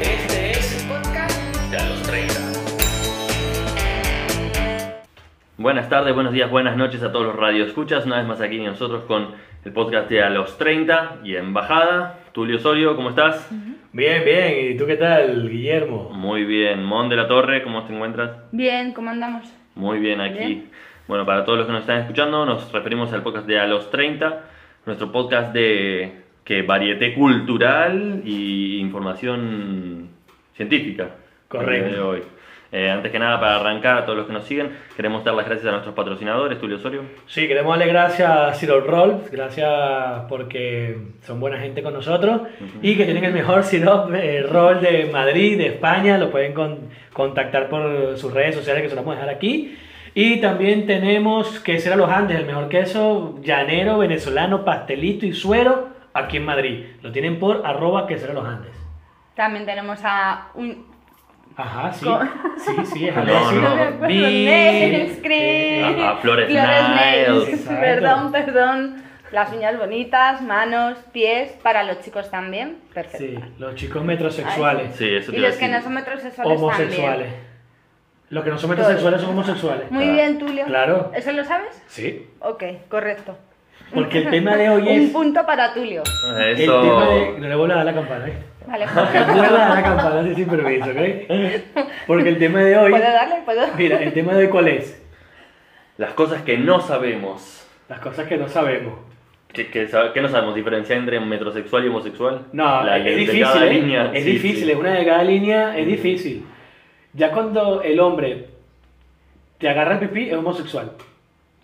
Este es podcast de a los 30. Buenas tardes, buenos días, buenas noches a todos los radioescuchas. Una vez más aquí nosotros con el podcast de A los 30 y Embajada. Tulio Osorio, ¿cómo estás? Bien, bien. ¿Y tú qué tal, Guillermo? Muy bien. Mon de la Torre, ¿cómo te encuentras? Bien, ¿cómo andamos? Muy bien aquí. Bien. Bueno, para todos los que nos están escuchando, nos referimos al podcast de A los 30, nuestro podcast de que varieté cultural y información científica. Correcto. El día de hoy. Eh, antes que nada, para arrancar a todos los que nos siguen, queremos dar las gracias a nuestros patrocinadores, Tulio Osorio. Sí, queremos darle gracias a Cirol Roll, gracias porque son buena gente con nosotros y que tienen el mejor Cirol Roll de Madrid, de España, lo pueden con- contactar por sus redes sociales que se las vamos a dejar aquí. Y también tenemos Quesera Los Andes, el mejor queso llanero, venezolano, pastelito y suero aquí en Madrid. Lo tienen por arroba Quesera Los Andes. También tenemos a un... Ajá, sí. Co- Sí, sí, es No, Alessi. no. me acuerdo, Vi- Nails, Chris. Ah, Flores Nails. Nails. Exacto. Perdón, perdón. Las uñas bonitas, manos, pies, para los chicos también. Sí, Perfecto. los chicos metrosexuales. Sí, eso te Y iba a los que decir. no son metrosexuales homosexuales. también. Los que no son metrosexuales son homosexuales. Muy Ah, bien, Tulio. claro. ¿Eso lo sabes? Sí. Ok, correcto. Porque el tema de hoy Un es. punto para Tulio. El Ah, Eso. tema de. No le vuelvas a dar la campana, ¿eh? Vale, No le vuelvas a dar la campana sí, sin permiso, ¿ok? Porque el tema de hoy. ¿puedo darle? ¿Puedo? Mira, el tema de hoy, ¿cuál es? Las cosas que no sabemos. Las cosas que no sabemos. ¿Qué, qué sab- qué no sabemos? ¿Diferenciar entre metrosexual y homosexual? No, La- es, la- es difícil. delgada ¿eh? línea. Es Sí, difícil, sí. es una delgada línea, es difícil. Ya cuando el hombre te agarra el pipí, es homosexual.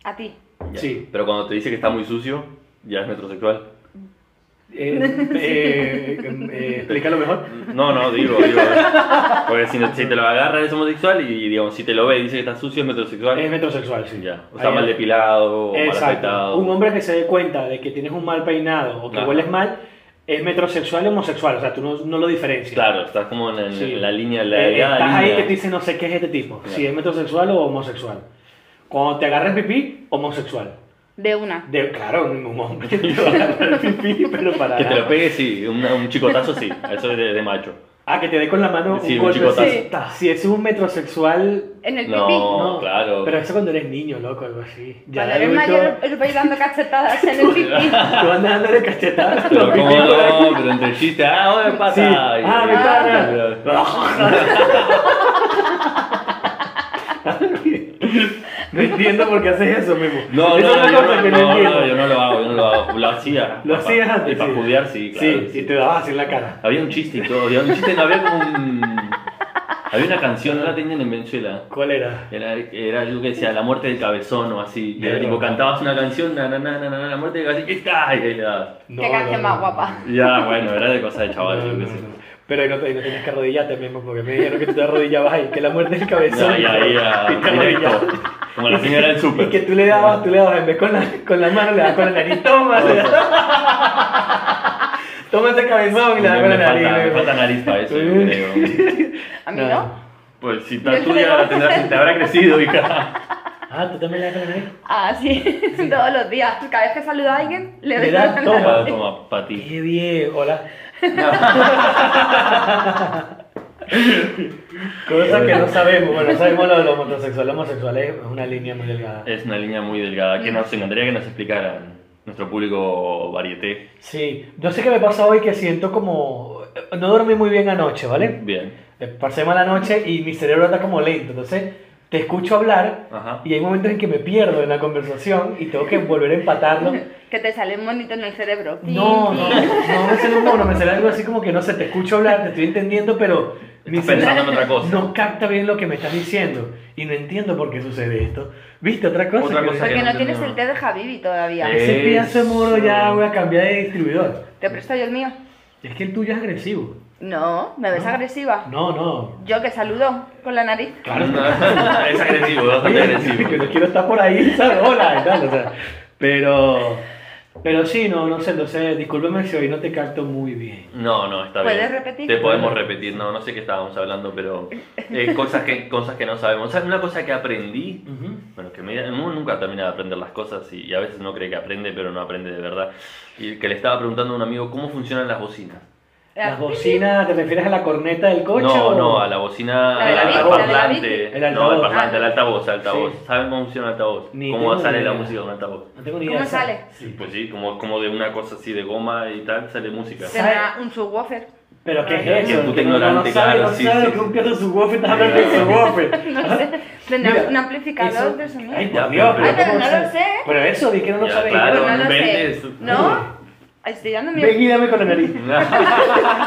A ti. Ya. Sí. Pero cuando te dice que está muy sucio, ya es metrosexual. Eh, eh, eh, explícalo mejor. No, no, digo, digo. Porque si, no- si te lo agarra es homosexual y digamos, si te lo ve y dice que está sucio es metrosexual. Es metrosexual, sí. Ya. O Ahí sea, es. mal depilado, o mal Exacto. afeitado. Un hombre que se dé cuenta de que tienes un mal peinado o que Ajá. hueles mal es metrosexual o homosexual. O sea, tú no, no lo diferencias. Claro, estás como en, en- Sí. en la línea, la Eh, delgada estás ahí línea. que te dice no sé qué es este tipo. Claro. Si es metrosexual o homosexual. Cuando te agarras pipí, homosexual. De una. De, claro, un hombre te va a agarrar el pipí, pero para Que te lo nada. pegue, sí. una- un chicotazo, sí. Eso es de, de macho. Ah, que te dé con la mano Sí, un un golpe. chicotazo. así. Si es un metrosexual... En el No. pipí. No, claro. Pero eso cuando eres niño, loco, algo así. Ya Cuando eres adulto, mayor, os vais dando cachetadas en el pipí. Tú andas dándole cachetadas a Pero los cómo pipí por ahí. no, pero entre chistes, ah, oye, pasa. Sí. Ay, Ah, ay, mi ay, No entiendo por qué haces eso, Memo. No, no, Eso es no, una yo cosa no, que no, entiendo. no, yo no lo hago, yo no lo hago. Lo hacía. Lo Pa- hacías pa- antes. Y para judear, sí, claro. Sí, sí. y te dabas así en la cara. Había un chiste y todo, había un chiste, no había como un... Había una canción, no la tenían en Venezuela. ¿Cuál era? Era, era algo que decía la muerte del cabezón o así. Y era Claro. tipo, cantabas una canción, na, na, na, na, na, la muerte del cabezón, y está, y ahí le dabas. Qué canción más guapa. Ya, bueno, era de cosas de No, chaval, no, yo qué no, sé. no. Pero ahí no, te- ahí no tenías que arrodillarte, Memo, porque me dijeron que tú te arrodillabas ahí, que la muerte del cabezón. Ya, ya, ya, y te directo. arrodillabas. Como la señora del súper. Y que tú le dabas, tú le dabas, en vez con la, con la mano, le dabas con la nariz. Toma, le dabas. Toma ese cabezón y le Me, dabas con la me nariz. falta, me Memo. falta nariz para eso, yo creo. A mí no. Pues si Yo está le tuya, digo. la tendrás- te habrá crecido, hija. Ah, tú también le das con la nariz. Ah, sí, todos los días. Cada vez que saludo a alguien, le doy Le das una todo. nalga. Toma, toma, para ti. Qué bien, hola. Cosas que Eh. no sabemos, bueno, sabemos lo de los homosexuales, homosexuales es una línea muy delgada. Es una línea muy delgada que Mm. nos encantaría que nos explicaran nuestro público varieté. Sí, yo sé que me pasa hoy que siento como, eh, no dormí muy bien anoche, ¿vale? Bien. Eh, Pasé mala noche y mi cerebro anda como lento, entonces te escucho hablar Ajá. y hay momentos en que me pierdo en la conversación y tengo que volver a empatarlo. Que te sale un monito en el cerebro. Tin, No, tin. no, no me sale un mono, me sale algo así como que no sé, te escucho hablar, te estoy entendiendo, pero mi Estás pensando en otra cosa. no capta bien lo que me estás diciendo y no entiendo por qué sucede esto. ¿Viste otra cosa? Otra que- cosa Porque no no tienes tenemos. el té de Javivi todavía. Eh. Ese pedazo de moro ya Eso. voy a cambiar de distribuidor. ¿Te presto yo el mío? Es que el tuyo es agresivo. No, ¿me ves No. agresiva? No, no. Yo que saludo con la nariz. Claro. es agresivo, bastante agresivo. que no quiero estar por ahí, ¿sabes? Hola, y tal, o sea. Pero, pero sí, no, no sé, no sé. Discúlpame si hoy no te capto muy bien. No, no, está bien. ¿Puedes repetir? Te podemos repetir, no, no sé qué estábamos hablando, pero eh, cosas, que, cosas que no sabemos. ¿Sabes una cosa que aprendí? Bueno, que me- uno nunca termina de aprender las cosas y, y a veces uno cree que aprende, pero no aprende de verdad. Y que le estaba preguntando a un amigo cómo funcionan las bocinas. Las bocinas, ¿te refieres a la corneta del coche? No, o- no, a la bocina, La de la al la bici, de altoparlante. la bici. El No, al altavoz. parlante, al altavoz, al altavoz. Sí. ¿Saben cómo funciona el altavoz? Ni ¿Cómo tengo sale ni la idea. música de un altavoz? No tengo ni idea. ¿Cómo sale? Sí, pues sí, como, como de una cosa así de goma y tal, sale música. Sí. Será un subwoofer. ¿Pero qué Ay, es qué eso? puto Que ignorante, sabe, claro, no sí, sabe sí, lo que sí. un perro subwoofer está hablando Ya. de subwoofer. No sé. Tendrá Ah. Mira, un amplificador Eso- de sonido. Pues Ay, Ya, por Dios, pero- Ay, pero ¿cómo no lo sabe? sé. Pero eso, di que no lo Ya, sabe. claro. Pero no lo inventes. sé. ¿No? Estoy dando miedo. Ven y dame con la nariz.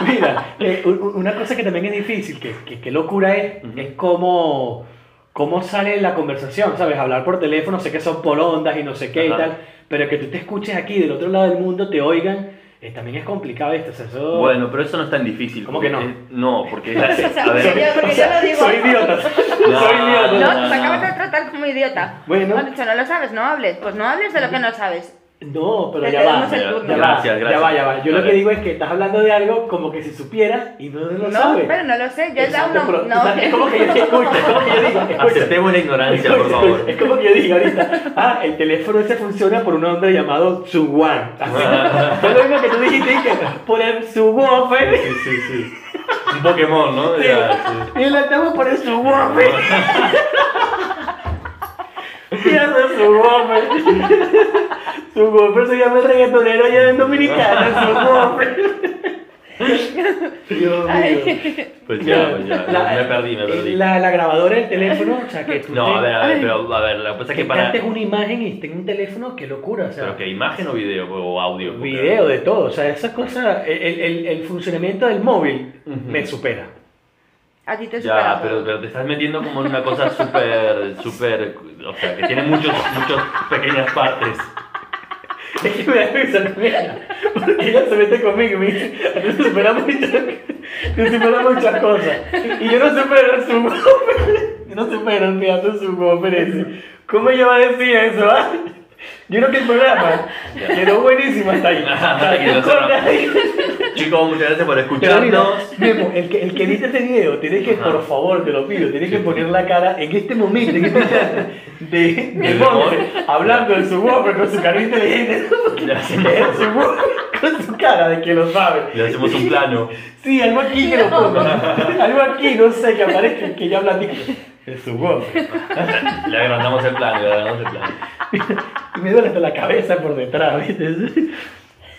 Mira, eh, u- u- una cosa que también es difícil, que, que, que locura es, Ujú. es cómo, cómo sale la conversación, ¿sabes? Hablar por teléfono, sé que son por ondas y no sé qué y Ajá. tal, pero que tú te escuches aquí del otro lado del mundo, te oigan, eh, también es complicado esto. o sea, eso- Bueno, pero eso no es tan difícil. ¿Cómo que no? porque- No, porque es la... A Porque ver, yo- porque yo lo digo. Soy idiota, soy idiota. No, No, nos no, acabas no. de tratar como idiota. Bueno. Has dicho, no lo sabes, no hables. Pues no hables de lo que no sabes. No, pero Te ya va. damos el ya turno. va, Gracias, gracias. Ya va, ya va. Yo A lo que ver. digo es que estás hablando de algo como que si supieras y no lo No, sabes. pero no lo sé. Yo he dado Exacto, pero- una. o sea, Es como No. que yo te escucho, es como que yo digo, escucha. Aceptemos la ignorancia, por Escucha, favor. Es como que yo digo ahorita, ah, el teléfono ese funciona por un hombre llamado Suwan. Así. Fue lo mismo que tú dijiste que por el subwoofer. Ah. Sí, sí, sí. Un Pokémon, ¿no? Ya, Y el altavoz por el subwoofer. Mierda, subwoofer. Subwoofer se llama el reggaetonero allá en Dominicana, subwoofer. Dios mío. sí. Pues ya, pues ya. La- me perdí, me perdí. La, la grabadora del teléfono, o sea que tú No, te- a ver, a ver, Ay. pero a ver, lo que pasa es que que para... captes una imagen y esté en un teléfono, qué locura. O sea, ¿Pero qué? ¿Imagen o video? ¿O audio? Porque- video de todo. O sea, esas cosas, el, el- el- el funcionamiento del móvil Ujú. me supera. A ti te Ya, supera. pero, pero te estás metiendo como en una cosa súper, súper, o sea, que tiene muchos, muchos pequeñas partes. Es que me da risa también, Porque ella se mete conmigo y me dice, "A ti te supera muchas, te supera muchas cosas. Y yo no supero su móvil. Yo no supero el teatro su móvil ese. ¿Cómo ella va a decir eso? ah? Yo creo que el programa quedó buenísimo hasta ahí. Hasta Hasta que lo aquí con nadie. Chicos, muchas gracias por Pero mira, escucharnos. Memo, el que, el que edite este video, tienes que, Ajá. por favor, te lo pido, tienes que poner la cara en este momento, en este instante, de, de Monte, Monte. hablando de su whopper con su cara inteligente, Le hacemos, de su whopper, con su cara de que lo sabe. le hacemos un plano. Sí, algo aquí que lo ponga, algo aquí, no sé, que aparezca, que ya platique. Es su whopper. Le agrandamos el plano, le agrandamos el plano. Y me duele hasta la cabeza por detrás, ¿viste?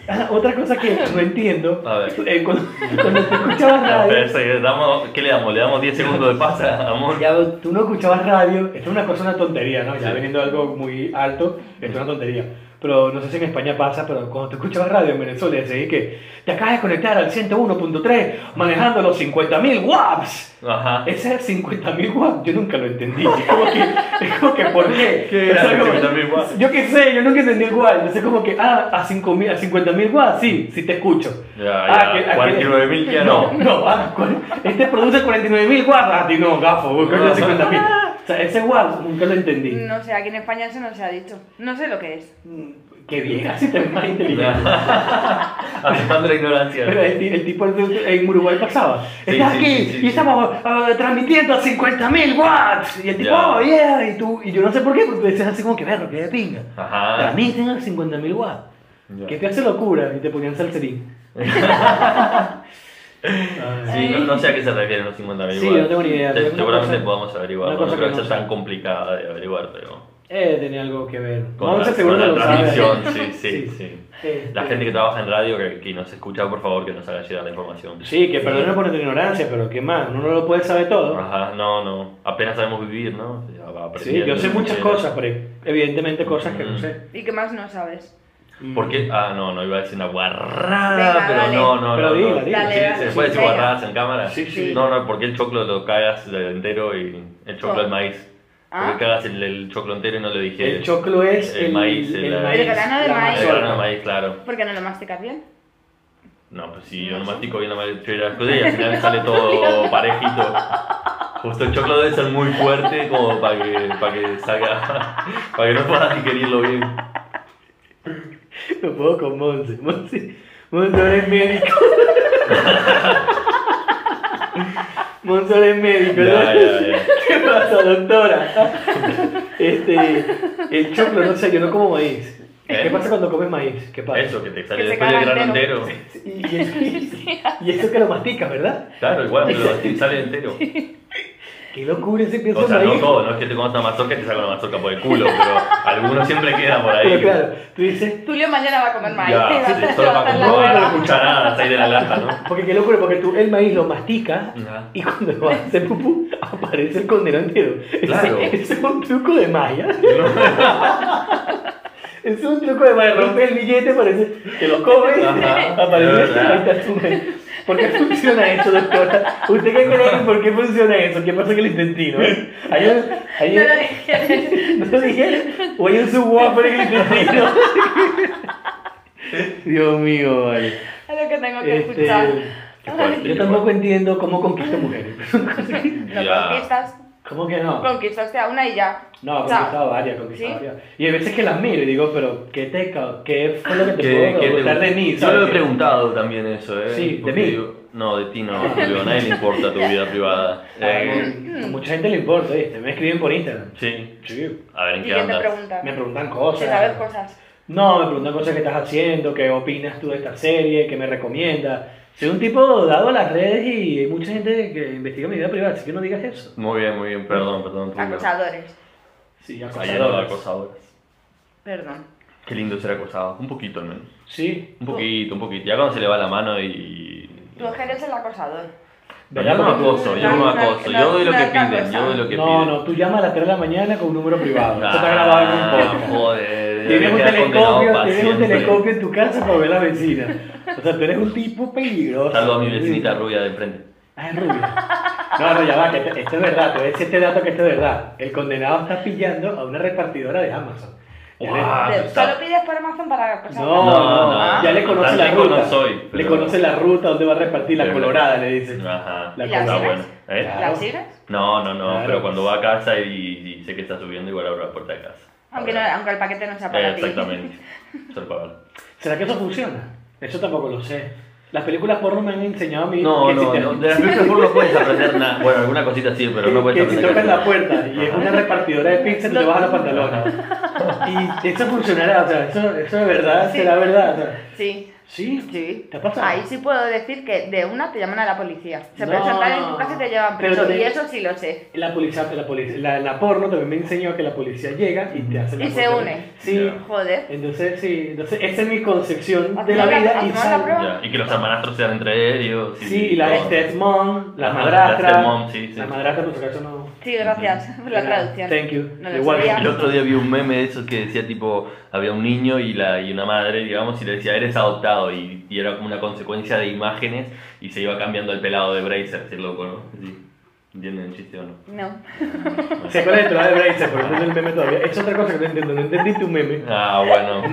Ah, Otra cosa que no entiendo, A ver. eh, cuando, cuando te escuchabas A radio, ver, sí, damos- ¿Qué le damos? ¿Le damos 10 segundos de pasa, amor? Ya tú no escuchabas radio, esto es una cosa, una tontería, ¿no? Ya Sí. veniendo algo muy alto, esto es una tontería. Pero no sé si en España pasa, pero cuando tú escuchabas radio en Venezuela, decís que te acabas de conectar al 101.3 manejando los 50.000 watts. Ajá. Ese es 50.000 watts, yo nunca lo entendí. Es como que, es como que ¿por qué? ¿Qué era O sea, como- 50.000 watts? Yo qué sé, yo nunca entendí el watt. Entonces, como que, ah, a, 5.000 a 50.000 watts, sí, sí te escucho. Ya, Ah, ya, que- ah, que- 49.000 ya no, no. no, ah, ¿cuál? este produce 49.000 watts. Ah, ti no, gafo, güey, creo que es 50.000. O sea, ese watt nunca lo entendí. No sé, aquí en España eso no se ha dicho. No sé lo que es. Mm, Qué bien, así te ves más inteligente. Aceptando la ignorancia. Pero el, ti- el tipo en- en Uruguay pasaba. Sí, Estás sí, aquí sí, sí, y estamos ah, transmitiendo a 50.000 watts. Y el tipo, Ya. oh yeah, y tú, y yo no sé por qué, porque decías así como que verro, que de pinga. Ajá. Transmiten a 50.000 watts. Ah. Ya. Que te hace locura y te ponían salserín. Sí, Ay. no, no sé a qué se refieren los 50.000 Sí, watts. no tengo ni idea, Se- pero es una seguramente cosa- podamos averiguar. una No cosa creo que que no sea tan sé. complicada de averiguar, pero. Eh, tenía algo que ver. Con Vamos a la, ser seguros con la de lo sabe. transmisión, sí, sí, Sí. sí. Eh, La gente que trabaja en radio que, que nos escucha, por favor, que nos haga llegar la información. Sí, que perdone por nuestra ignorancia, pero ¿qué más? Uno no lo puede saber todo. Ajá, no, no. Apenas sabemos vivir, ¿no? Ya va Sí, aprendiendo, yo sé muchas eh, cosas, pero evidentemente cosas que no sé. Mm. ¿Y qué más no sabes? ¿Por qué? Mm. Ah, no, no iba a decir una guarrada, Venga, pero dale. no, no, Pero no. dila, no. dila. Dale, Sí, dale. ¿Se puede decir Venga. guarradas en cámara? Sí, sí. No, no, porque el choclo lo cagas entero y el choclo Todo. es maíz. Ah. Porque cagas el, el choclo entero y no le dije. El choclo es el el, maíz, el- El grano de la maíz. El mazorca. grano de maíz, claro. Porque no lo masticas bien. No, pues si yo no mastico bien la mayoría de las cosas y al final sale todo parejito. Justo el choclo debe ser muy fuerte como para que, para que salga, para que no puedas digerirlo bien. No puedo con Monse. Monse, Monse ahora es médico. Monse ahora es médico. Ya, ¿no? ya, ya. ¿Qué pasa, doctora? Este, el choclo, no sé, yo no como maíz. Eh, ¿Eh? ¿Qué pasa cuando comes maíz? ¿Qué pasa? Eso, que te sale Que se después del caga grano entero. entero. Y, y eso, y eso que lo masticas, ¿verdad? Claro, igual, pero así sale entero. Qué locura ese pienso O sea, no maíz. todo, no es que te comas una mazorca y te saco la mazorca por el culo, pero algunos siempre quedan por Pero ahí. claro, tú dices, Tulio mañana va a comer maíz. Ya, te va a hacer solo para levantar la comprobar cola. las cucharadas ahí de la lata, ¿no? porque qué locura, porque tú el maíz lo masticas Ajá. y cuando lo vas a hacer pupú aparece el condenado entero. Ese- Claro. Ese es un truco de magia. No. Es un truco de magia, rompe el billete, parece que lo comes, Ajá, es aparece verdad. ahí está su maíz. ¿Por qué funciona eso, doctora? ¿Usted qué cree? que ¿Por qué funciona eso? ¿Qué pasa con el intestino? eh? ¿Hay un, hay No un- lo dije. ¿No lo dije? ¿O hay un subwoofer en el intestino? Dios mío, vale. Es lo que tengo que Este, escuchar. Qué fuerte, yo qué tampoco fuerte. entiendo cómo conquista mujeres. No Ya. conquistas. ¿Cómo que no? Conquistaste a una y ya. No, he O sea, conquistado varias, he conquistado ¿sí? varias. Y hay veces que las miro y digo, pero ¿qué te ca- qué fue lo que te ¿Qué- qué pudo te gustar gusta? de mí? Yo ¿sabes? lo he Que- preguntado también eso, ¿eh? Sí, de Porque mí. digo- no, de ti no, Julio, a nadie le importa tu vida privada. Eh, A mucha gente le importa, ¿viste? Me escriben por Instagram. sí, Sí. a ver en qué Siguiente andas. pregunta. Me preguntan Sin saber cosas. cosas. No, me preguntan cosas que estás haciendo, qué opinas tú de esta serie, qué me recomiendas. Soy un tipo dado a las redes y hay mucha gente que investiga mi vida privada, así que no digas eso. Muy bien, muy bien, perdón, perdón. Julio. Acosadores. Sí, Cayendo de acosador. acosadores. Perdón. Qué lindo ser acosado, un poquito al menos. Sí. Un poquito, un poquito. Ya cuando se le va la mano y. Tú eres el acosador. No, yo no Porque tú- acoso, yo no acoso. Yo doy lo que piden, yo doy lo que piden. No, no, tú llamas a las 3 de la mañana con un número privado. Esto está grabado en un Ah, podcast. joder. Tienes un quedas condenado telescopio, para tienes un siempre. telescopio en tu casa para ver a la vecina. O sea, tú eres un tipo peligroso. Salvo a mi vecinita rubia de frente. Ah, es rubia. No, no, ya va, que esto- esto es verdad, te voy a decir este dato que esto es verdad. El condenado está pillando a una repartidora de Amazon. Ya le- Guau. Ah, Pero está- Solo pides por Amazon para acosar. No, no, no, ya le no, conoce tan la rico ruta. no soy, pero- Le conoce la ruta donde va a repartir la Pero- colorada, le dice. Ajá. La ¿Y la Está sigues? bueno. ¿Eh? Claro. ¿La sigues? No, no, no, Claro. pero cuando va a casa y, y sé que está subiendo, igual abro la puerta de casa. Aunque, no, Ahora- aunque el paquete no sea Eh, para ti. Exactamente. Solo para verlo. ¿Será que eso funciona? Eso tampoco lo sé. Las películas porno me han enseñado a mí No, que si no, te- no, de las películas porno no puedes aprender nada. Bueno, alguna cosita sí, pero no puedes que si aprender tocas casi la nada. puerta y es una repartidora de pizza, tú te bajas la pantalona. Y eso funcionará, o sea, eso, eso de verdad Sí. será verdad. o sea, Sí. sí, Sí. ¿Te ha pasado? Ahí sí puedo decir que de una te llaman a la policía. Se No. presentan en tu casa y te llevan Pero preso. también- Y eso sí lo sé. La, policía, la, polic- la, la porno también me enseñó que la policía llega y te hace la Y se portera. une. Sí. Ya. Joder. Entonces, sí, entonces esa es mi concepción de Hacemos la la- vida y hacemos la salgo. prueba. Ya, Y que los hermanastros sean entre ellos. Sí, y la todo. stepmom, la Ajá, madrastra. la stepmom, sí, sí. La madrastra, por si acaso no. Sí, gracias por la Nada, traducción. Thank you. No lo Igual. sabía. El otro día vi un meme de esos que decía tipo, había un niño y, la, y una madre, digamos, y le decía, eres adoptado, y, y era como una consecuencia de imágenes, y se iba cambiando el pelado de Bracer, ese loco, ¿no? Sí. ¿Entienden el chiste o no? No. Se acuerdan de tu de Bracer, pero no es el meme todavía. Es otra cosa que no entiendo, no entendí tu meme. Ah,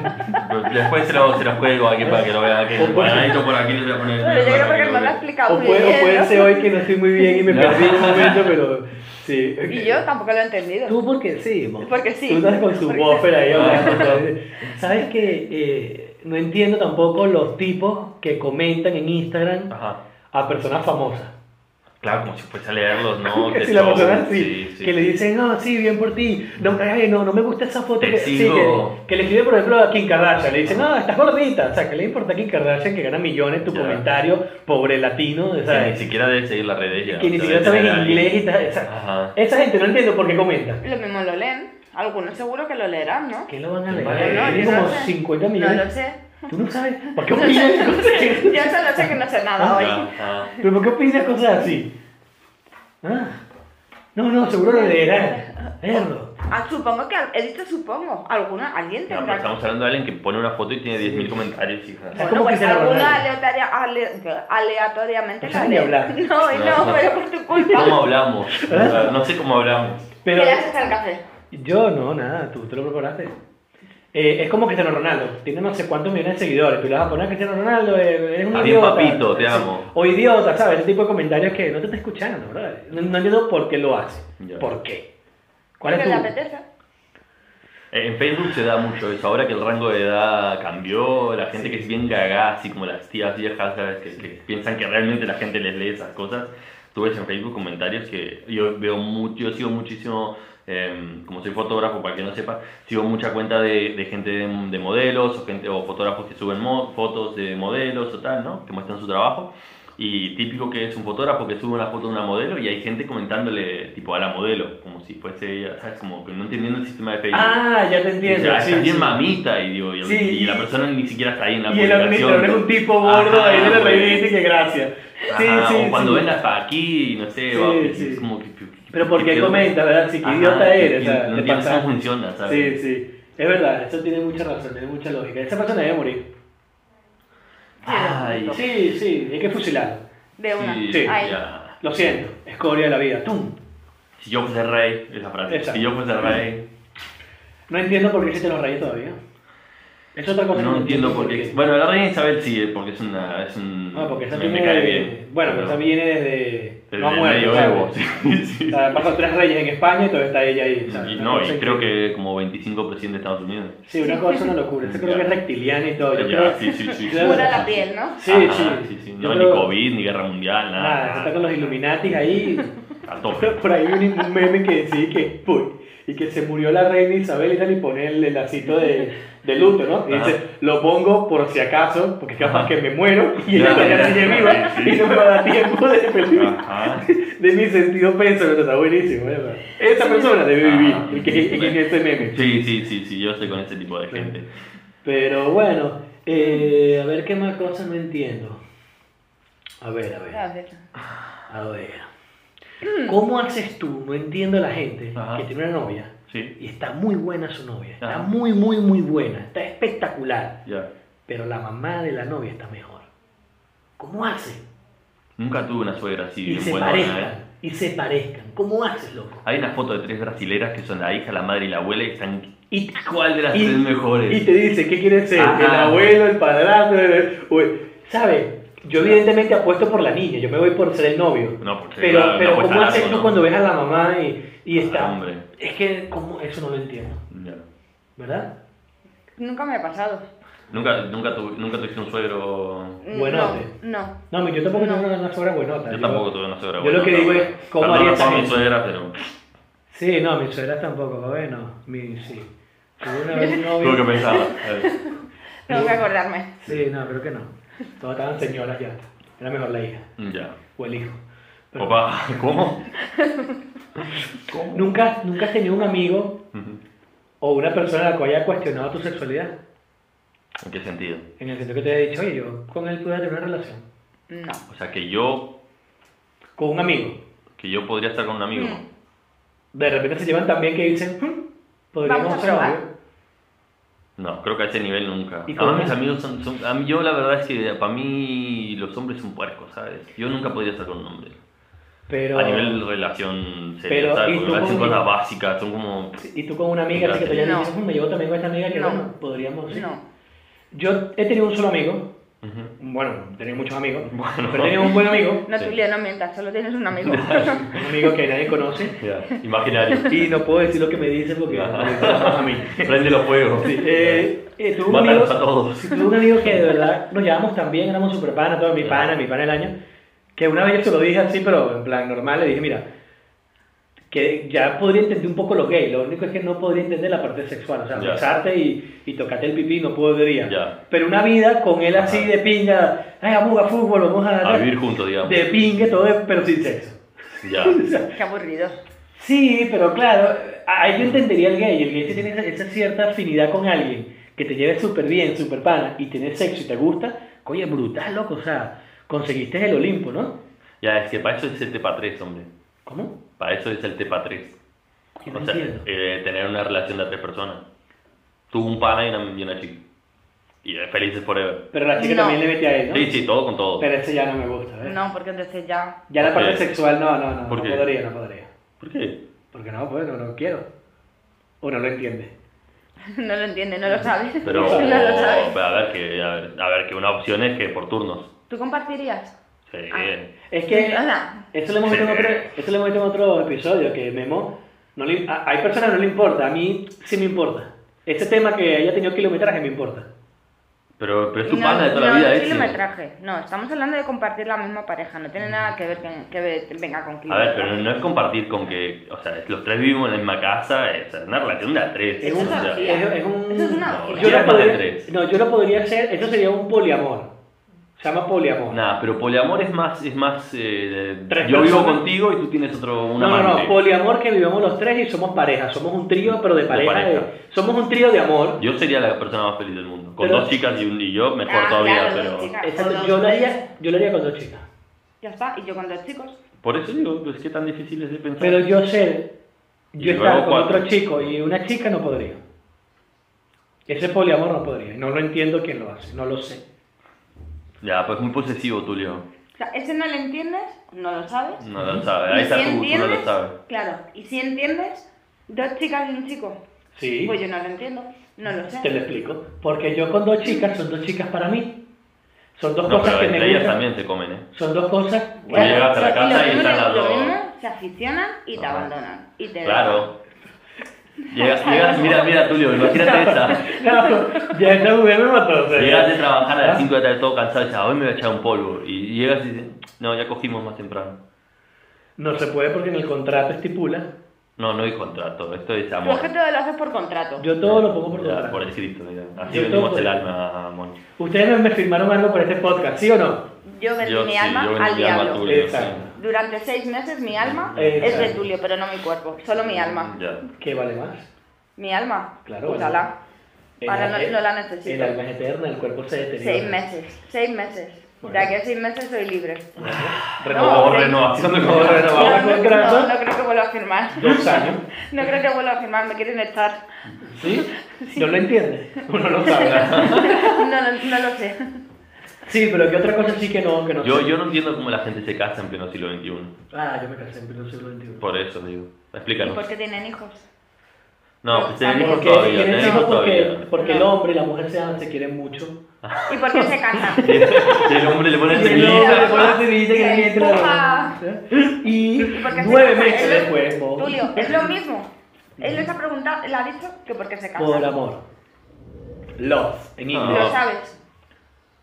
bueno. Después se los, se los cuelgo aquí para que lo vean. Que, cuadradito por aquí les voy a poner. Pero yo creo porque no lo he explicado O muy puede, o bien. puede ¿no? ser hoy que no estoy muy bien y me No. perdí un momento, pero sí. Y yo tampoco lo he entendido. Tú porque sí, mo. Porque sí. Tú estás con su Porque Ah. woofer ahí hablando. Sabes que no entiendo tampoco los tipos que comentan en Instagram Ajá. a personas famosas. Claro, como si fuese a leerlos, ¿no? que Te si la show, persona así, sí, sí. que le dicen, no, sí, bien por ti, no, ay, no, no me gusta esa foto Te que, sí, sigo. que, que le escribe, por ejemplo, a Kim Kardashian, le dicen, no, estás gordita, o sea, que le importa a Kim Kardashian que gana millones tu Ya. comentario, pobre latino, o O sea, sea, ni siquiera debe seguir las redes ya. que ni O sea, siquiera debe saben tener inglés y alguien. tal, o sea, Ajá. esa gente no entiendo por qué comentan. Lo mismo lo leen. Algunos seguro que lo leerán, ¿no? ¿Qué lo van a Vale, leer? no, Tiene yo no como sé. 50 No lo millones. sé. ¿Tú no sabes? ¿Por qué opinas de cosas que- Yo solo sé que no sé nada Ah. hoy. Ajá. Ah, ¿Pero por qué opinas cosas así? Ah, No, no, seguro lo leerán. Perro. Ah, supongo que. al- He dicho supongo. ¿Alguna? ¿Alguien No, pero tendrá? estamos hablando de alguien que pone una foto y tiene 10.000 comentarios, hija. Es Bueno, como pues Cristiano alguna Ronaldo. aleatoria, ale- aleatoriamente No la sabe ni lee. Pues hablar. No, y no, No. pero por tu culpa. ¿Cómo hablamos? O sea, No sé cómo hablamos. Pero ¿Qué haces al café? yo no, nada, tú te lo preparaste. Eh, es como Cristiano Ronaldo, tiene no sé cuántos millones de seguidores. Tú le vas a poner a Cristiano Ronaldo, eh, eres un Adiós, idiota. papito, te amo. O idiota, ¿sabes? Ese tipo de comentarios que no te está escuchando, bro. No, no entiendo por qué lo hace. Ya. ¿Por qué? ¿Cuál Porque es le tu...? apetece. Eh, En Facebook se da mucho eso. Ahora que el rango de edad cambió, la gente que es bien gagá, así como las tías viejas, ¿sabes? Que, que piensan que realmente la gente les lee esas cosas. tú ves en Facebook comentarios que yo veo mucho, yo sigo muchísimo, eh, como soy fotógrafo, para que no sepa, sigo mucha cuenta de, de gente de, de modelos o, gente, o fotógrafos que suben mo- fotos de modelos o tal, ¿no? Que muestran su trabajo. Y típico que es un fotógrafo que sube una foto de una modelo y hay gente comentándole tipo a la modelo, como si fuese ella, ¿sabes? Como que no entendiendo el sistema de Facebook. Ah, ya te entiendo. O sea, sí, está bien sí. mamita y, digo, y, Sí, y la y- persona ni siquiera está ahí en la Y el publicación. administrador es un tipo gordo Ajá, ahí de la güey. revista y que gracias. Sí, Ajá, sí, o cuando sí. vengas para aquí, no sé, Sí, va, pues, sí. es como que... que- Pero porque que- comenta, ¿verdad? Si que Ajá, idiota que- eres, que o sea, No te entiendes pasa. cómo funciona, Sí, ¿sabes? sí. Es verdad, eso tiene mucha razón, tiene mucha lógica. Esa persona debe morir. Ay, sí, Sí, sí, hay que fusilarlo. De una. Sí, Ahí. ya. Lo siento, escoria de la vida. ¡Tum! Si yo fuese rey, es la frase. Exacto. Si yo fuese rey, No entiendo por qué se te los rayé todavía. Es otra cosa. que no entiendo por qué. Bueno, la reina Isabel sí, eh, porque es una... Es un, No, Ah, porque esa me, viene. me cae bien. Bueno, pero esa viene desde. Desde no ha el muerto. medioevo, ¿sabes? sí, sí. O sea, han pasado tres reyes en España y todavía está ella ahí. ¿sabes? Y Una no, cosa y creo increíble. que como 25 presidentes de Estados Unidos. Sí, una cosa es una locura. Eso creo Ya. que es reptiliana y todo. Yo Ya, creo- sí, sí, sí. Yo- Pura la piel, ¿no? Sí, Ajá, sí. sí, sí. Yo No, creo- ni COVID, ni guerra mundial, nada. Nada, eso está con los Illuminatis ahí. A tope. Por ahí hay un meme que decía que, uy, y que se murió la reina Isabel y tal, y pone el, el lacito de, de luto, ¿no? Y Ajá. dice, lo pongo por si acaso, porque capaz que me muero y ella Claro. todavía sigue viva Sí, Ah. sí. y no me va a dar tiempo de, Ajá. de mi sentido penso, pero está buenísimo, ¿verdad? Esa persona debe vivir, el que, el que hizo ese meme. Ah, Sí, sí, sí, sí, yo estoy con ese tipo de gente. Pero bueno, eh, a ver qué más cosas no entiendo. A ver, a ver. A ver. A ver. ¿Cómo haces tú? No entiendo a la gente Ajá. que tiene una novia Sí, y está muy buena su novia. Está Ajá. muy, muy, muy buena. Está espectacular. ya. Pero la mamá de la novia está mejor. ¿Cómo haces? Nunca tuve una suegra así Y, bien se buena. parezcan. ¿eh? Y se parezcan. ¿Cómo haces, loco? Hay una foto de tres brasileras que son la hija, la madre y la abuela y están... ¿Y cuál de las tres y mejores? te dice, ¿qué quieres ser? Ajá. ¿El abuelo, el padrastro? el- o el- ¿Sabes? Yo evidentemente apuesto por la niña. Yo me voy por ser el novio. No, porque pero, la- la pero apuesta ¿cómo al haces algo, tú ¿no? cuando ves a la mamá y, y Ah, está...? hombre. Es que, ¿cómo? Eso no lo entiendo. Ya. ¿Verdad? Nunca me ha pasado. Nunca, nunca, tuve, nunca tuviste un suegro... Mm, Buenote. No, no. No, yo tampoco No. tengo una, una suegra buenota. Yo tampoco tuve una suegra yo buena, lo que no, digo es, pero- ¿cómo perdón, haría no esa fue mi gente? suegra, pero... Sí, no, mis suegras tampoco, bueno, mi, sí. Tuve una vez un Tuve que novio. pensar. eh, Tengo que acordarme. Sí, no, creo que no. Todas estaban señoras ya. Era mejor la hija Ya. o el hijo. Pero- Papá, ¿cómo? ¿Cómo? ¿Nunca, ¿Nunca has tenido un amigo Ujú. o una persona a la cual haya cuestionado tu sexualidad? ¿En qué sentido? En el sentido que te haya dicho, oye, yo con él pude tener una relación. No. O sea, que yo, Con un amigo. que yo podría estar con un amigo. Mm. De repente se llevan también que dicen, "Hmm, podríamos Vamos a ser probar". novios. No, creo que a ese nivel nunca. ¿Y Además, cómo? mis amigos son, son- a mí, yo la verdad es que para mí los hombres son puercos, ¿sabes? Yo nunca podría estar con un hombre. Pero... A nivel relación seria, Pero, ¿y ¿sabes? Porque tú me parecen cómo- cosas básicas, son como... Sí, Y tú con una amiga así que te hayan No. dicho, "Mm, me llevo también con esta amiga que No. bueno, podríamos. sí". No. Yo he tenido un solo amigo, Ujú. bueno, he tenido muchos amigos, Bueno. pero he tenido un buen amigo, No, Sí. Tulio, no mientas, solo tienes un amigo. un amigo que nadie conoce, Imaginario. y no puedo decir lo que me dice porque Ajá. me gusta más a mí. Prende los fuegos. Eh, eh, tuve un amigo, Mátalos a todos. sí, tuve un amigo que de verdad nos llevamos tan bien, éramos super panas, todo mi pana, mi pana del año, que una vez yo se lo dije así, pero en plan normal, le dije, mira, que ya podría entender un poco lo gay, lo único es que no podría entender la parte sexual, o sea, Ya. besarte y, y tocarte el pipí no podría. Ya. Pero una vida con él así Ajá. de pinga, ay, vamos a jugar fútbol, vamos a... A vivir juntos, digamos. de pingue todo, pero sin sexo. Ya. O sea, Qué aburrido. sí, pero claro, ahí yo entendería el gay. El gay si tiene esa, esa cierta afinidad con alguien que te lleve súper bien, súper pana, y tienes sexo y te gusta, oye, brutal, loco, o sea, conseguiste el Olimpo, ¿no? Ya, es que para eso es el tepa 3, hombre. ¿Cómo? Para eso es el tepa 3. Yo no O sea, entiendo. eh, tener una relación de tres personas. Tú, un pana y una, y una chica. Y eh, felices forever. Pero la chica No. también le metía a él, ¿no? Sí, sí, todo con todo. Pero eso ya no me gusta, ¿ves? No, porque entonces ya. Ya la ¿Por parte qué? sexual, no, no, no, ¿Por no qué? podría, no podría. ¿Por qué? Porque no, pues, no lo quiero. O no lo entiende. No lo entiende, no lo sabe. Pero, no lo sabe. pero a ver que, a ver, a ver que una opción es que por turnos. ¿Tú compartirías? Sí. Ah. Es que Hola. esto lo hemos visto en otro, Sí. esto lo hemos visto en otro episodio, que Memo, no le- a, hay personas que no le importa, a mí sí me importa. Este tema que haya tenido kilometraje me importa. Pero, pero es tu No, pana de toda la no, vida, de Etsy. kilometraje. No, estamos hablando de compartir la misma pareja. No tiene nada que ver que, que ve- venga con A ver, kilometraje. pero no es compartir con que, o sea, los tres vivimos en la misma casa, es una relación de a tres. Es Eso un- o una sea, orgía. es- es un- Eso es una No, orgía. Ya Yo lo es más de podría, tres. no, yo lo podría hacer, eso sería un poliamor. Se llama poliamor. Nada, pero poliamor es más, es más, eh, Tres yo vivo personas. contigo y tú tienes otro, un no, no, amante. no, poliamor que vivimos los tres y somos pareja, somos un trío, pero de De pareja. pareja. de- somos un trío de amor. Yo sería la persona más feliz del mundo. Con Pero- dos chicas y, un, y yo, mejor Ah, todavía, claro, pero... dos chicas. Exacto, Con dos yo, lo haría, yo lo haría con dos chicas. Ya está, y yo con dos chicos. Por eso digo, pues qué tan difícil es de pensar. Pero yo ser, yo Y luego estar con cuatro. otro chico y una chica no podría. Ese poliamor no podría. No lo entiendo quién lo hace, no lo sé. Ya, pues muy posesivo tú, Leo. O sea, ese no lo entiendes, no lo sabes. No lo sabes, ahí y está si tú, tú no entiendes, lo sabes. claro, y si entiendes, dos chicas y un chico. Sí. Pues yo no lo entiendo, no lo sé. Te lo explico. Porque yo con dos chicas son dos chicas para mí. Son dos No, cosas pero que me entre ellas gustan. también se comen, ¿eh? Son dos cosas. Bueno, llegas a la o sea, casa los y están las números dos. lo mismo, se aficionan y te Ajá. abandonan. Y te Claro. Llegas, llegas, mira, mira, Tulio, imagínate esta. Claro, ya está muy bien, me mató, o sea, Llegas de trabajar a las 5 de la tarde todo cansado y dices, "Ah, hoy me voy a echar un polvo. Y llegas y dices, no, ya cogimos más temprano. No se puede porque en el contrato estipula. No, no hay contrato, esto es Tú amor. es que todo lo haces por contrato. Yo todo lo pongo por Ya, contrato. por escrito, mira. Así Yo vendimos todo el por- alma, Moni. Ustedes me- me firmaron algo por este podcast, ¿sí o no? Yo vendí Yo mi sí, alma yo vendí al mi alma a Mm, diablo. Tulio, sí. Exacto. Durante seis meses mi alma Exacto. es de Tulio, pero no mi cuerpo, solo mi alma. Ya. ¿Qué vale más? Mi alma, pues Claro, úsala. El Ahora no, alma- no la El necesito. alma es eterna, el cuerpo se deteriora. Seis meses, seis meses. Bueno. De aquí a seis meses soy libre. Como No, Renovamos. sí. renovación de Como contrato. No, renovamos no, el contrato. no creo que vuelva a firmar. Dos años. No creo que vuelva a firmar, me quieren echar. ¿Sí? ¿No lo entiende? Uno lo sabe. No, lo- no lo sé. Sí, pero ¿qué otra cosa sí que no? Que no Yo, sé? yo no entiendo cómo la gente se casa en pleno siglo XXI. Ah, yo me casé en pleno siglo XXI. Por eso digo. ¿Y Explícanos. por qué tienen hijos? No, pues tienen hijos Porque todavía, tienen tienen hijos hijos porque, todavía. porque el No. hombre y la mujer se, aman, se quieren mucho. ¿Y por qué se casan? Y el hombre le pone Y el hombre le semilla. pone la semilla que Se viene entre empuja. la- Y ¿Y por qué se nueve casan? meses Es lo- después, por, Tulio, es lo mismo. Él les ha preguntado, él ha dicho que por qué se casan. por amor. Love, en No. inglés. Lo sabes.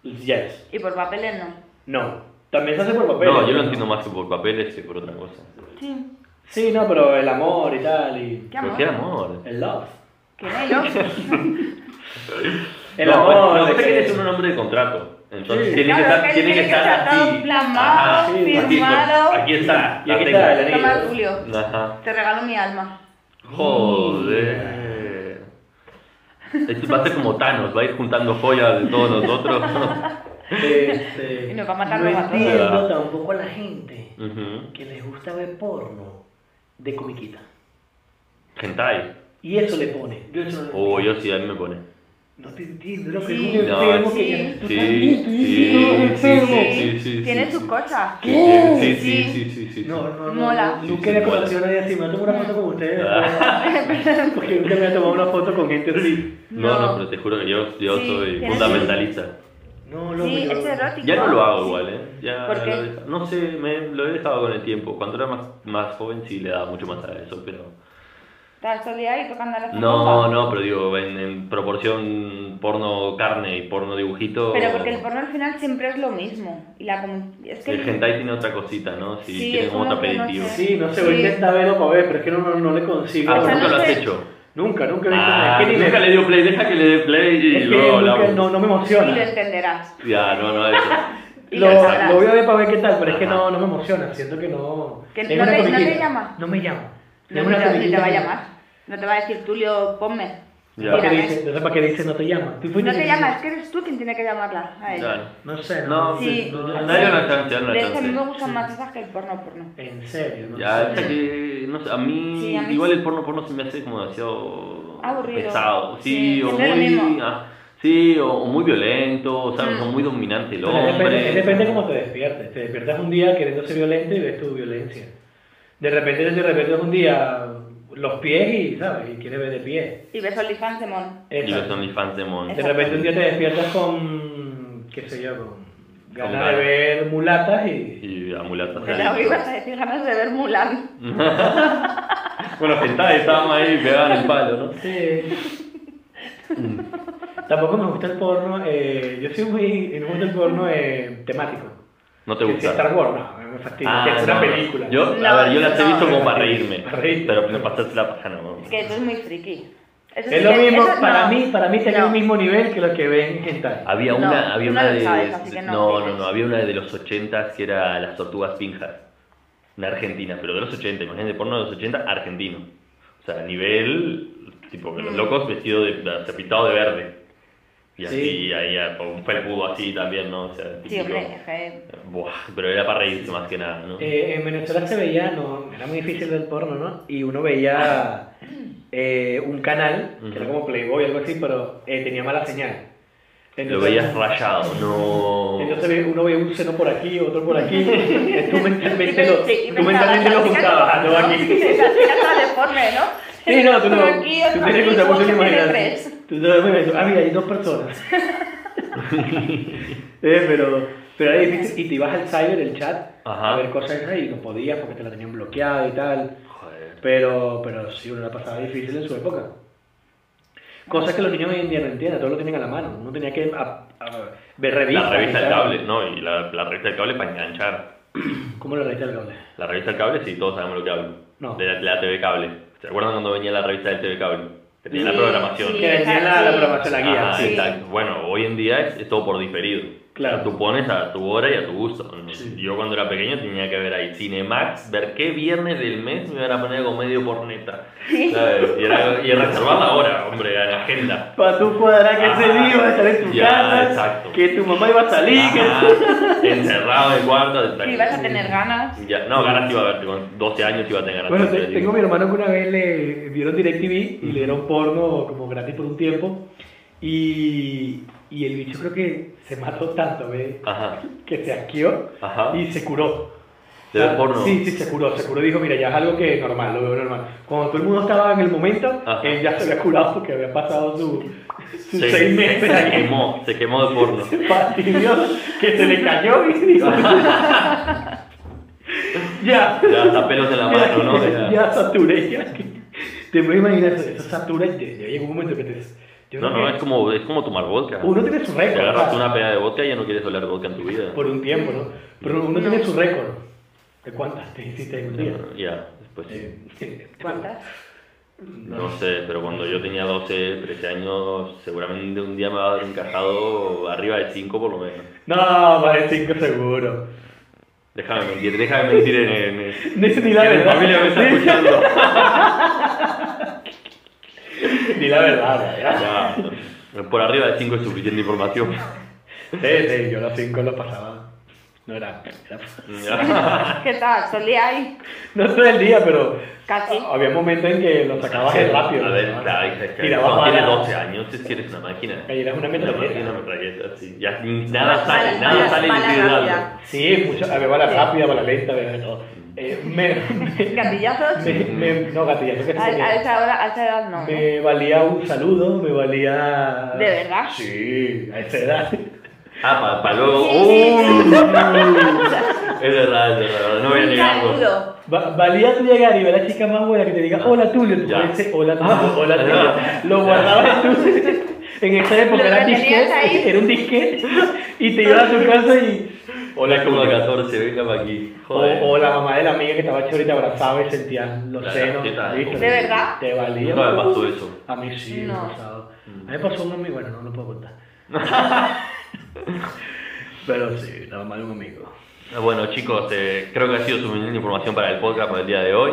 Yes. Y por papeles no. No. También se hace por papel. No, yo no entiendo más que por papeles que por otra cosa. Sí. Sí, no, pero el amor y tal. Y ¿Qué Pero amor? qué amor. el love. Que no hay love. El no, amor. bueno, de lo que que- pasa es que es un nombre de contrato. Entonces Sí. tiene que Claro, estar, que tiene que tiene que estar estar todo así. plasmado, Ajá, sí. Aquí, firmado. pues, Aquí está. Y aquí la está el tengo. Toma, anillo. Tulio. Ajá. Te regalo mi alma. Joder. Este va a ser como Thanos, va a ir juntando joyas de todos nosotros. Este, Y nos va a matar no luego a todos. entiendo tampoco a la gente Ujú. que les gusta ver porno de comiquita. Hentai. Y eso le pone. Yo eso no lo Oh, yo sí, a mí me pone. No te entiendo, lo que Sí. es un No, enfermo sí. que tú Sí, también, tú sí, dices, "No, enfermo". Sí, sí, sí, Tiene sí, sus sí. cosas. Sí, sí, sí, Sí. sí, sí, sí. No, no, no. Mola. Sí, Nunca sí, he mola. conocido a nadie así. Me voy a tomar una foto con ustedes. Ah. después, Porque nunca me he tomado una foto con gente así. No, No. no, pero te juro que yo, yo Sí, soy tiene- fundamentalista. No, loco, Sí, yo- es erótico. Ya no lo hago igual, ¿eh? Ya ¿Por qué? lo he dejado- no sé, me, lo he dejado con el tiempo. Cuando era más, más joven sí le daba mucho más a eso, pero... ¿Estás todo el día ahí tocando la No, zambomba? no, pero digo, en, en proporción porno carne y porno dibujito... Pero porque el porno al final siempre es lo mismo. Y la comu- es que el hentai tiene otra cosita, ¿no? Sí, Sí, tiene es como como otro que no aperitivo. sé. Sí, no sé, voy a Sí. intentar verlo para ver, pero es que no, no, no le consigo. Ah, O pero sea, nunca no lo has sé. hecho. Nunca, nunca he visto Ah, nada. Es que ni nunca me- le dio play, deja que le dé play y es que luego nunca- hablamos. no, no me y lo emociona. entenderás. Ya, no, no, eso. Y Lo, lo sabrás. lo voy a ver para ver qué tal, pero es que Ajá. no, no me emociona, siento que no... Que es no una te- no te comiquita. llama. No me llama. No, Es no, una te- ni te comiquita va a que- llamar. No te va a decir Tulio, ponme. Ya. Mira, ¿Para qué ves. dice? Entonces, ¿para qué dice no te llama? Tú fuiste- No te llama, es que eres tú quien tiene que llamarla a ella. Ya. No sé, No, Sí. no, no, dale una chance, dale una De hecho, a mí chance. me gustan más esas que el porno porno. En serio, no Ya, sé. hasta que, no sé, a mí, Sí, a mí igual sí. el porno porno se me hace como demasiado Aburrido. pesado. Sí, Sí, o siempre lo muy, mismo. ah, sí, o, o muy violento, o sea, Mm. o muy dominante el Pero depende, hombre. depende cómo te despiertes. Te despiertas un día queriendo ser violento y ves tu violencia. De repente, de repente un día los pies y, ¿sabes? Y quieres ver de pie. Y ves OnlyFans de mono. Y los Exacto. OnlyFans de Mon. De repente un día te despiertas con, qué sé yo, con ganas de ganas. ver mulatas y... Y amulatas. Te la oí, vas a decir ganas de ver Mulan. Bueno, sentada, estábamos ahí pegaban el palo, ¿no? Sí. Mm. Tampoco me gusta el porno, eh, yo soy muy, me gusta el porno eh, temático. No te Que si gusta. Star Wars, no, me fastidia, Ah, que es una no, no. película. Yo, a No, ver, yo las he no. visto como para reírme. Para reírme. Pero para pasarse la paja no. Es que tú es muy friki. Eso sí es lo que- mismo, eso- para no. mí, para mí tenía No. el mismo nivel que los que ven hentai. Había No, una, había tú una no lo de. sabes, así que no no, no, opines. no, había una de los 80 que era Las Tortugas Pinjas. Una argentina, pero de los 80, imagínate, porno de los 80 argentino. O sea, nivel. Tipo, que los Mm. locos vestidos de. o sea, pintado de verde. Y así, Sí. ahí, ah, con un felpudo así también, ¿no? O sea, Sí, típico. hombre, es que- Buah, pero era para reírse más que nada, ¿no? Eh, en Venezuela se veía, no, era muy difícil ver porno, ¿no? Y uno veía eh, un canal, que era Ujú. como Playboy o algo así, pero eh, tenía mala señal. Lo Entonces- veías rayado, no. Entonces ve- uno ve un seno por aquí, otro por aquí. tú mentalmente lo, Sí, tú mentalmente lo pensaba, juntabas, ¿no? ¿no? Aquí. Las chicas todas deformes, ¿no? Sí, no, tú no. Uno aquí, tú otro tienes aquí, que usar ¿cómo mucho que la tiene imaginación. tres? Tú te das cuenta, ah, mira, hay dos personas. eh, pero, pero era difícil. Y te ibas al cyber, el chat, Ajá. a ver cosas esas y no podías porque te la tenían bloqueada y tal. Joder. Pero, pero sí, uno la pasaba difícil en su época. Cosas que los niños hoy en día no entienden, todo lo tienen a la mano. Uno tenía que a- a- ver revistas. La revista y del tal. cable, no, y la, la revista del cable para enganchar. ¿Cómo la revista del cable? La revista del cable, sí, todos sabemos lo que hablo. No. De la, la TV cable. ¿Se acuerdan cuando venía la revista del TV cable? Que tenía Sí, la programación. sí. Que venía la, la programación, la guía. Ajá, sí. exacto. Bueno, hoy en día es, es todo por diferido. O Claro. sea, tú pones a tu hora y a tu gusto. Sí. Yo cuando era pequeño tenía que ver ahí Cinemax, ver qué viernes del mes me iban a poner como medio porneta. ¿Sabes? Y, era, y reservar la hora, hombre, a la agenda. Para tú cuadrar que ese Ah, día iba a estar en tu ya, casa, exacto. que tu mamá iba a salir. Ajá, encerrado en el cuarto. Y vas a tener ganas. Ya, no, ganas iba a ver, con 12 años iba a tener que- ganas. Bueno, de te- ver. tengo mi hermano que una vez le vieron DirecTV y le dieron porno como gratis por un tiempo. Y, y el bicho creo que se mató tanto, ¿ves? Ajá, Que se asqueó ajá. y se curó. Ah, ¿De ver porno? Sí, sí, se curó, se curó. Dijo, mira, ya es algo que es normal, lo veo normal. Cuando todo el mundo estaba en el momento, Ajá. él ya se había curado porque había pasado su- sus Se- seis meses Se ahí. quemó, se quemó de porno. fastidió que se le cayó y dijo Ya ya está pelos en la mano, ¿no? Ya. ya, ya saturé ya. te voy a imaginar eso, eso satura y te- ya llega un momento que te yo No, creo no, que es como, es como tomar vodka. uno tiene su Te récord agarras ¿sabes? una peda de vodka y ya no quieres oler vodka en tu vida. por un tiempo ¿no? pero uno tiene su récord ¿de cuántas te hiciste en un día? Ya, después sí. Eh, ¿Cuántas? No sé, pero cuando yo tenía 12, 13 años, seguramente un día me va a haber encajado arriba de 5 por lo menos. no, vale 5 seguro Déjame mentir, déjame mentir en, en, ni, ni la que mi verdad familia me está Ni- escuchando. ni la verdad ya. Ya, por arriba de 5 es suficiente información. sí, sí, yo las 5 lo pasaba no era, era Ya. ¿Qué tal? Oh, Solía ahí. No todo el día, pero Casi. había momentos en que lo sacabas de rápido. A ver, claro, es que cuando Tirabas tienes balas. 12 años es que eres una máquina. Ahí eras una metralleta. Una metralleta, sí. Ya ni- nada sale, Balas, nada balas, sale balas individual. rápidas. Sí, mucho, había bala rápida, bala lenta, había de todo. Eh, me, me, ¿Gatillazos? me- me- no, gatillazo que se A, a tenía. esa hora, a esa edad no. ¿no? Me valía un saludo, me valía... ¿De verdad? Sí, a esa edad. Ah, para luego. Sí, sí, ¡Uh! Es verdad, es verdad, no voy a Un negarlo. saludo. Va- valía tú llegar y ver a la chica más buena que te diga, hola Tulio, tú Ya. Ah. puedes decir, hola Tulio, hola ya. Tulio. Lo guardabas tú. En esa época Lo era tenías ahí. disquete, era un disquete, y te ibas a tu casa y... Hola, es como Tulio. 14, venga para aquí. O, Joder. o la mamá de la amiga que estaba chorita abrazaba y sentía los La senos. teta. ¿viste? ¿De verdad? Te valía. Nunca me pasó eso. Mm. A mí sí, me No. ha pasado. A mí me pasó uno amigo, bueno, no lo puedo contar. Pero sí, la mamá de un amigo. Ah, Bueno, chicos, eh, creo que ha sido suficiente información para el podcast para el día de hoy.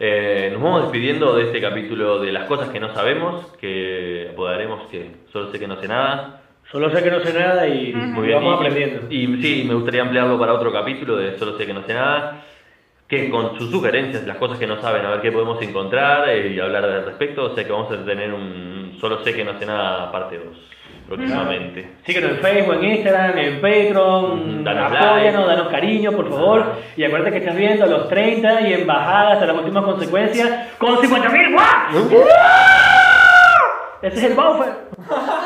Eh, nos vamos despidiendo de este capítulo de las cosas que no sabemos, que apodaremos que solo sé que no sé nada. Solo sé que no sé nada y Muy bien, vamos y- aprendiendo. Y, sí, me gustaría ampliarlo para otro capítulo de Solo sé que no sé nada. Que con sus sugerencias, las cosas que no saben, a ver qué podemos encontrar eh, y hablar al respecto. O sea que vamos a tener un Solo sé que no sé nada parte 2 próximamente. Síguenos en Facebook, en Instagram, en Patreon, Danos apóyanos, like. danos cariño, por favor. Y acuérdate que estás viendo los 30 y en bajada hasta las últimas consecuencias con 50.000 watts. Ese es el buffer.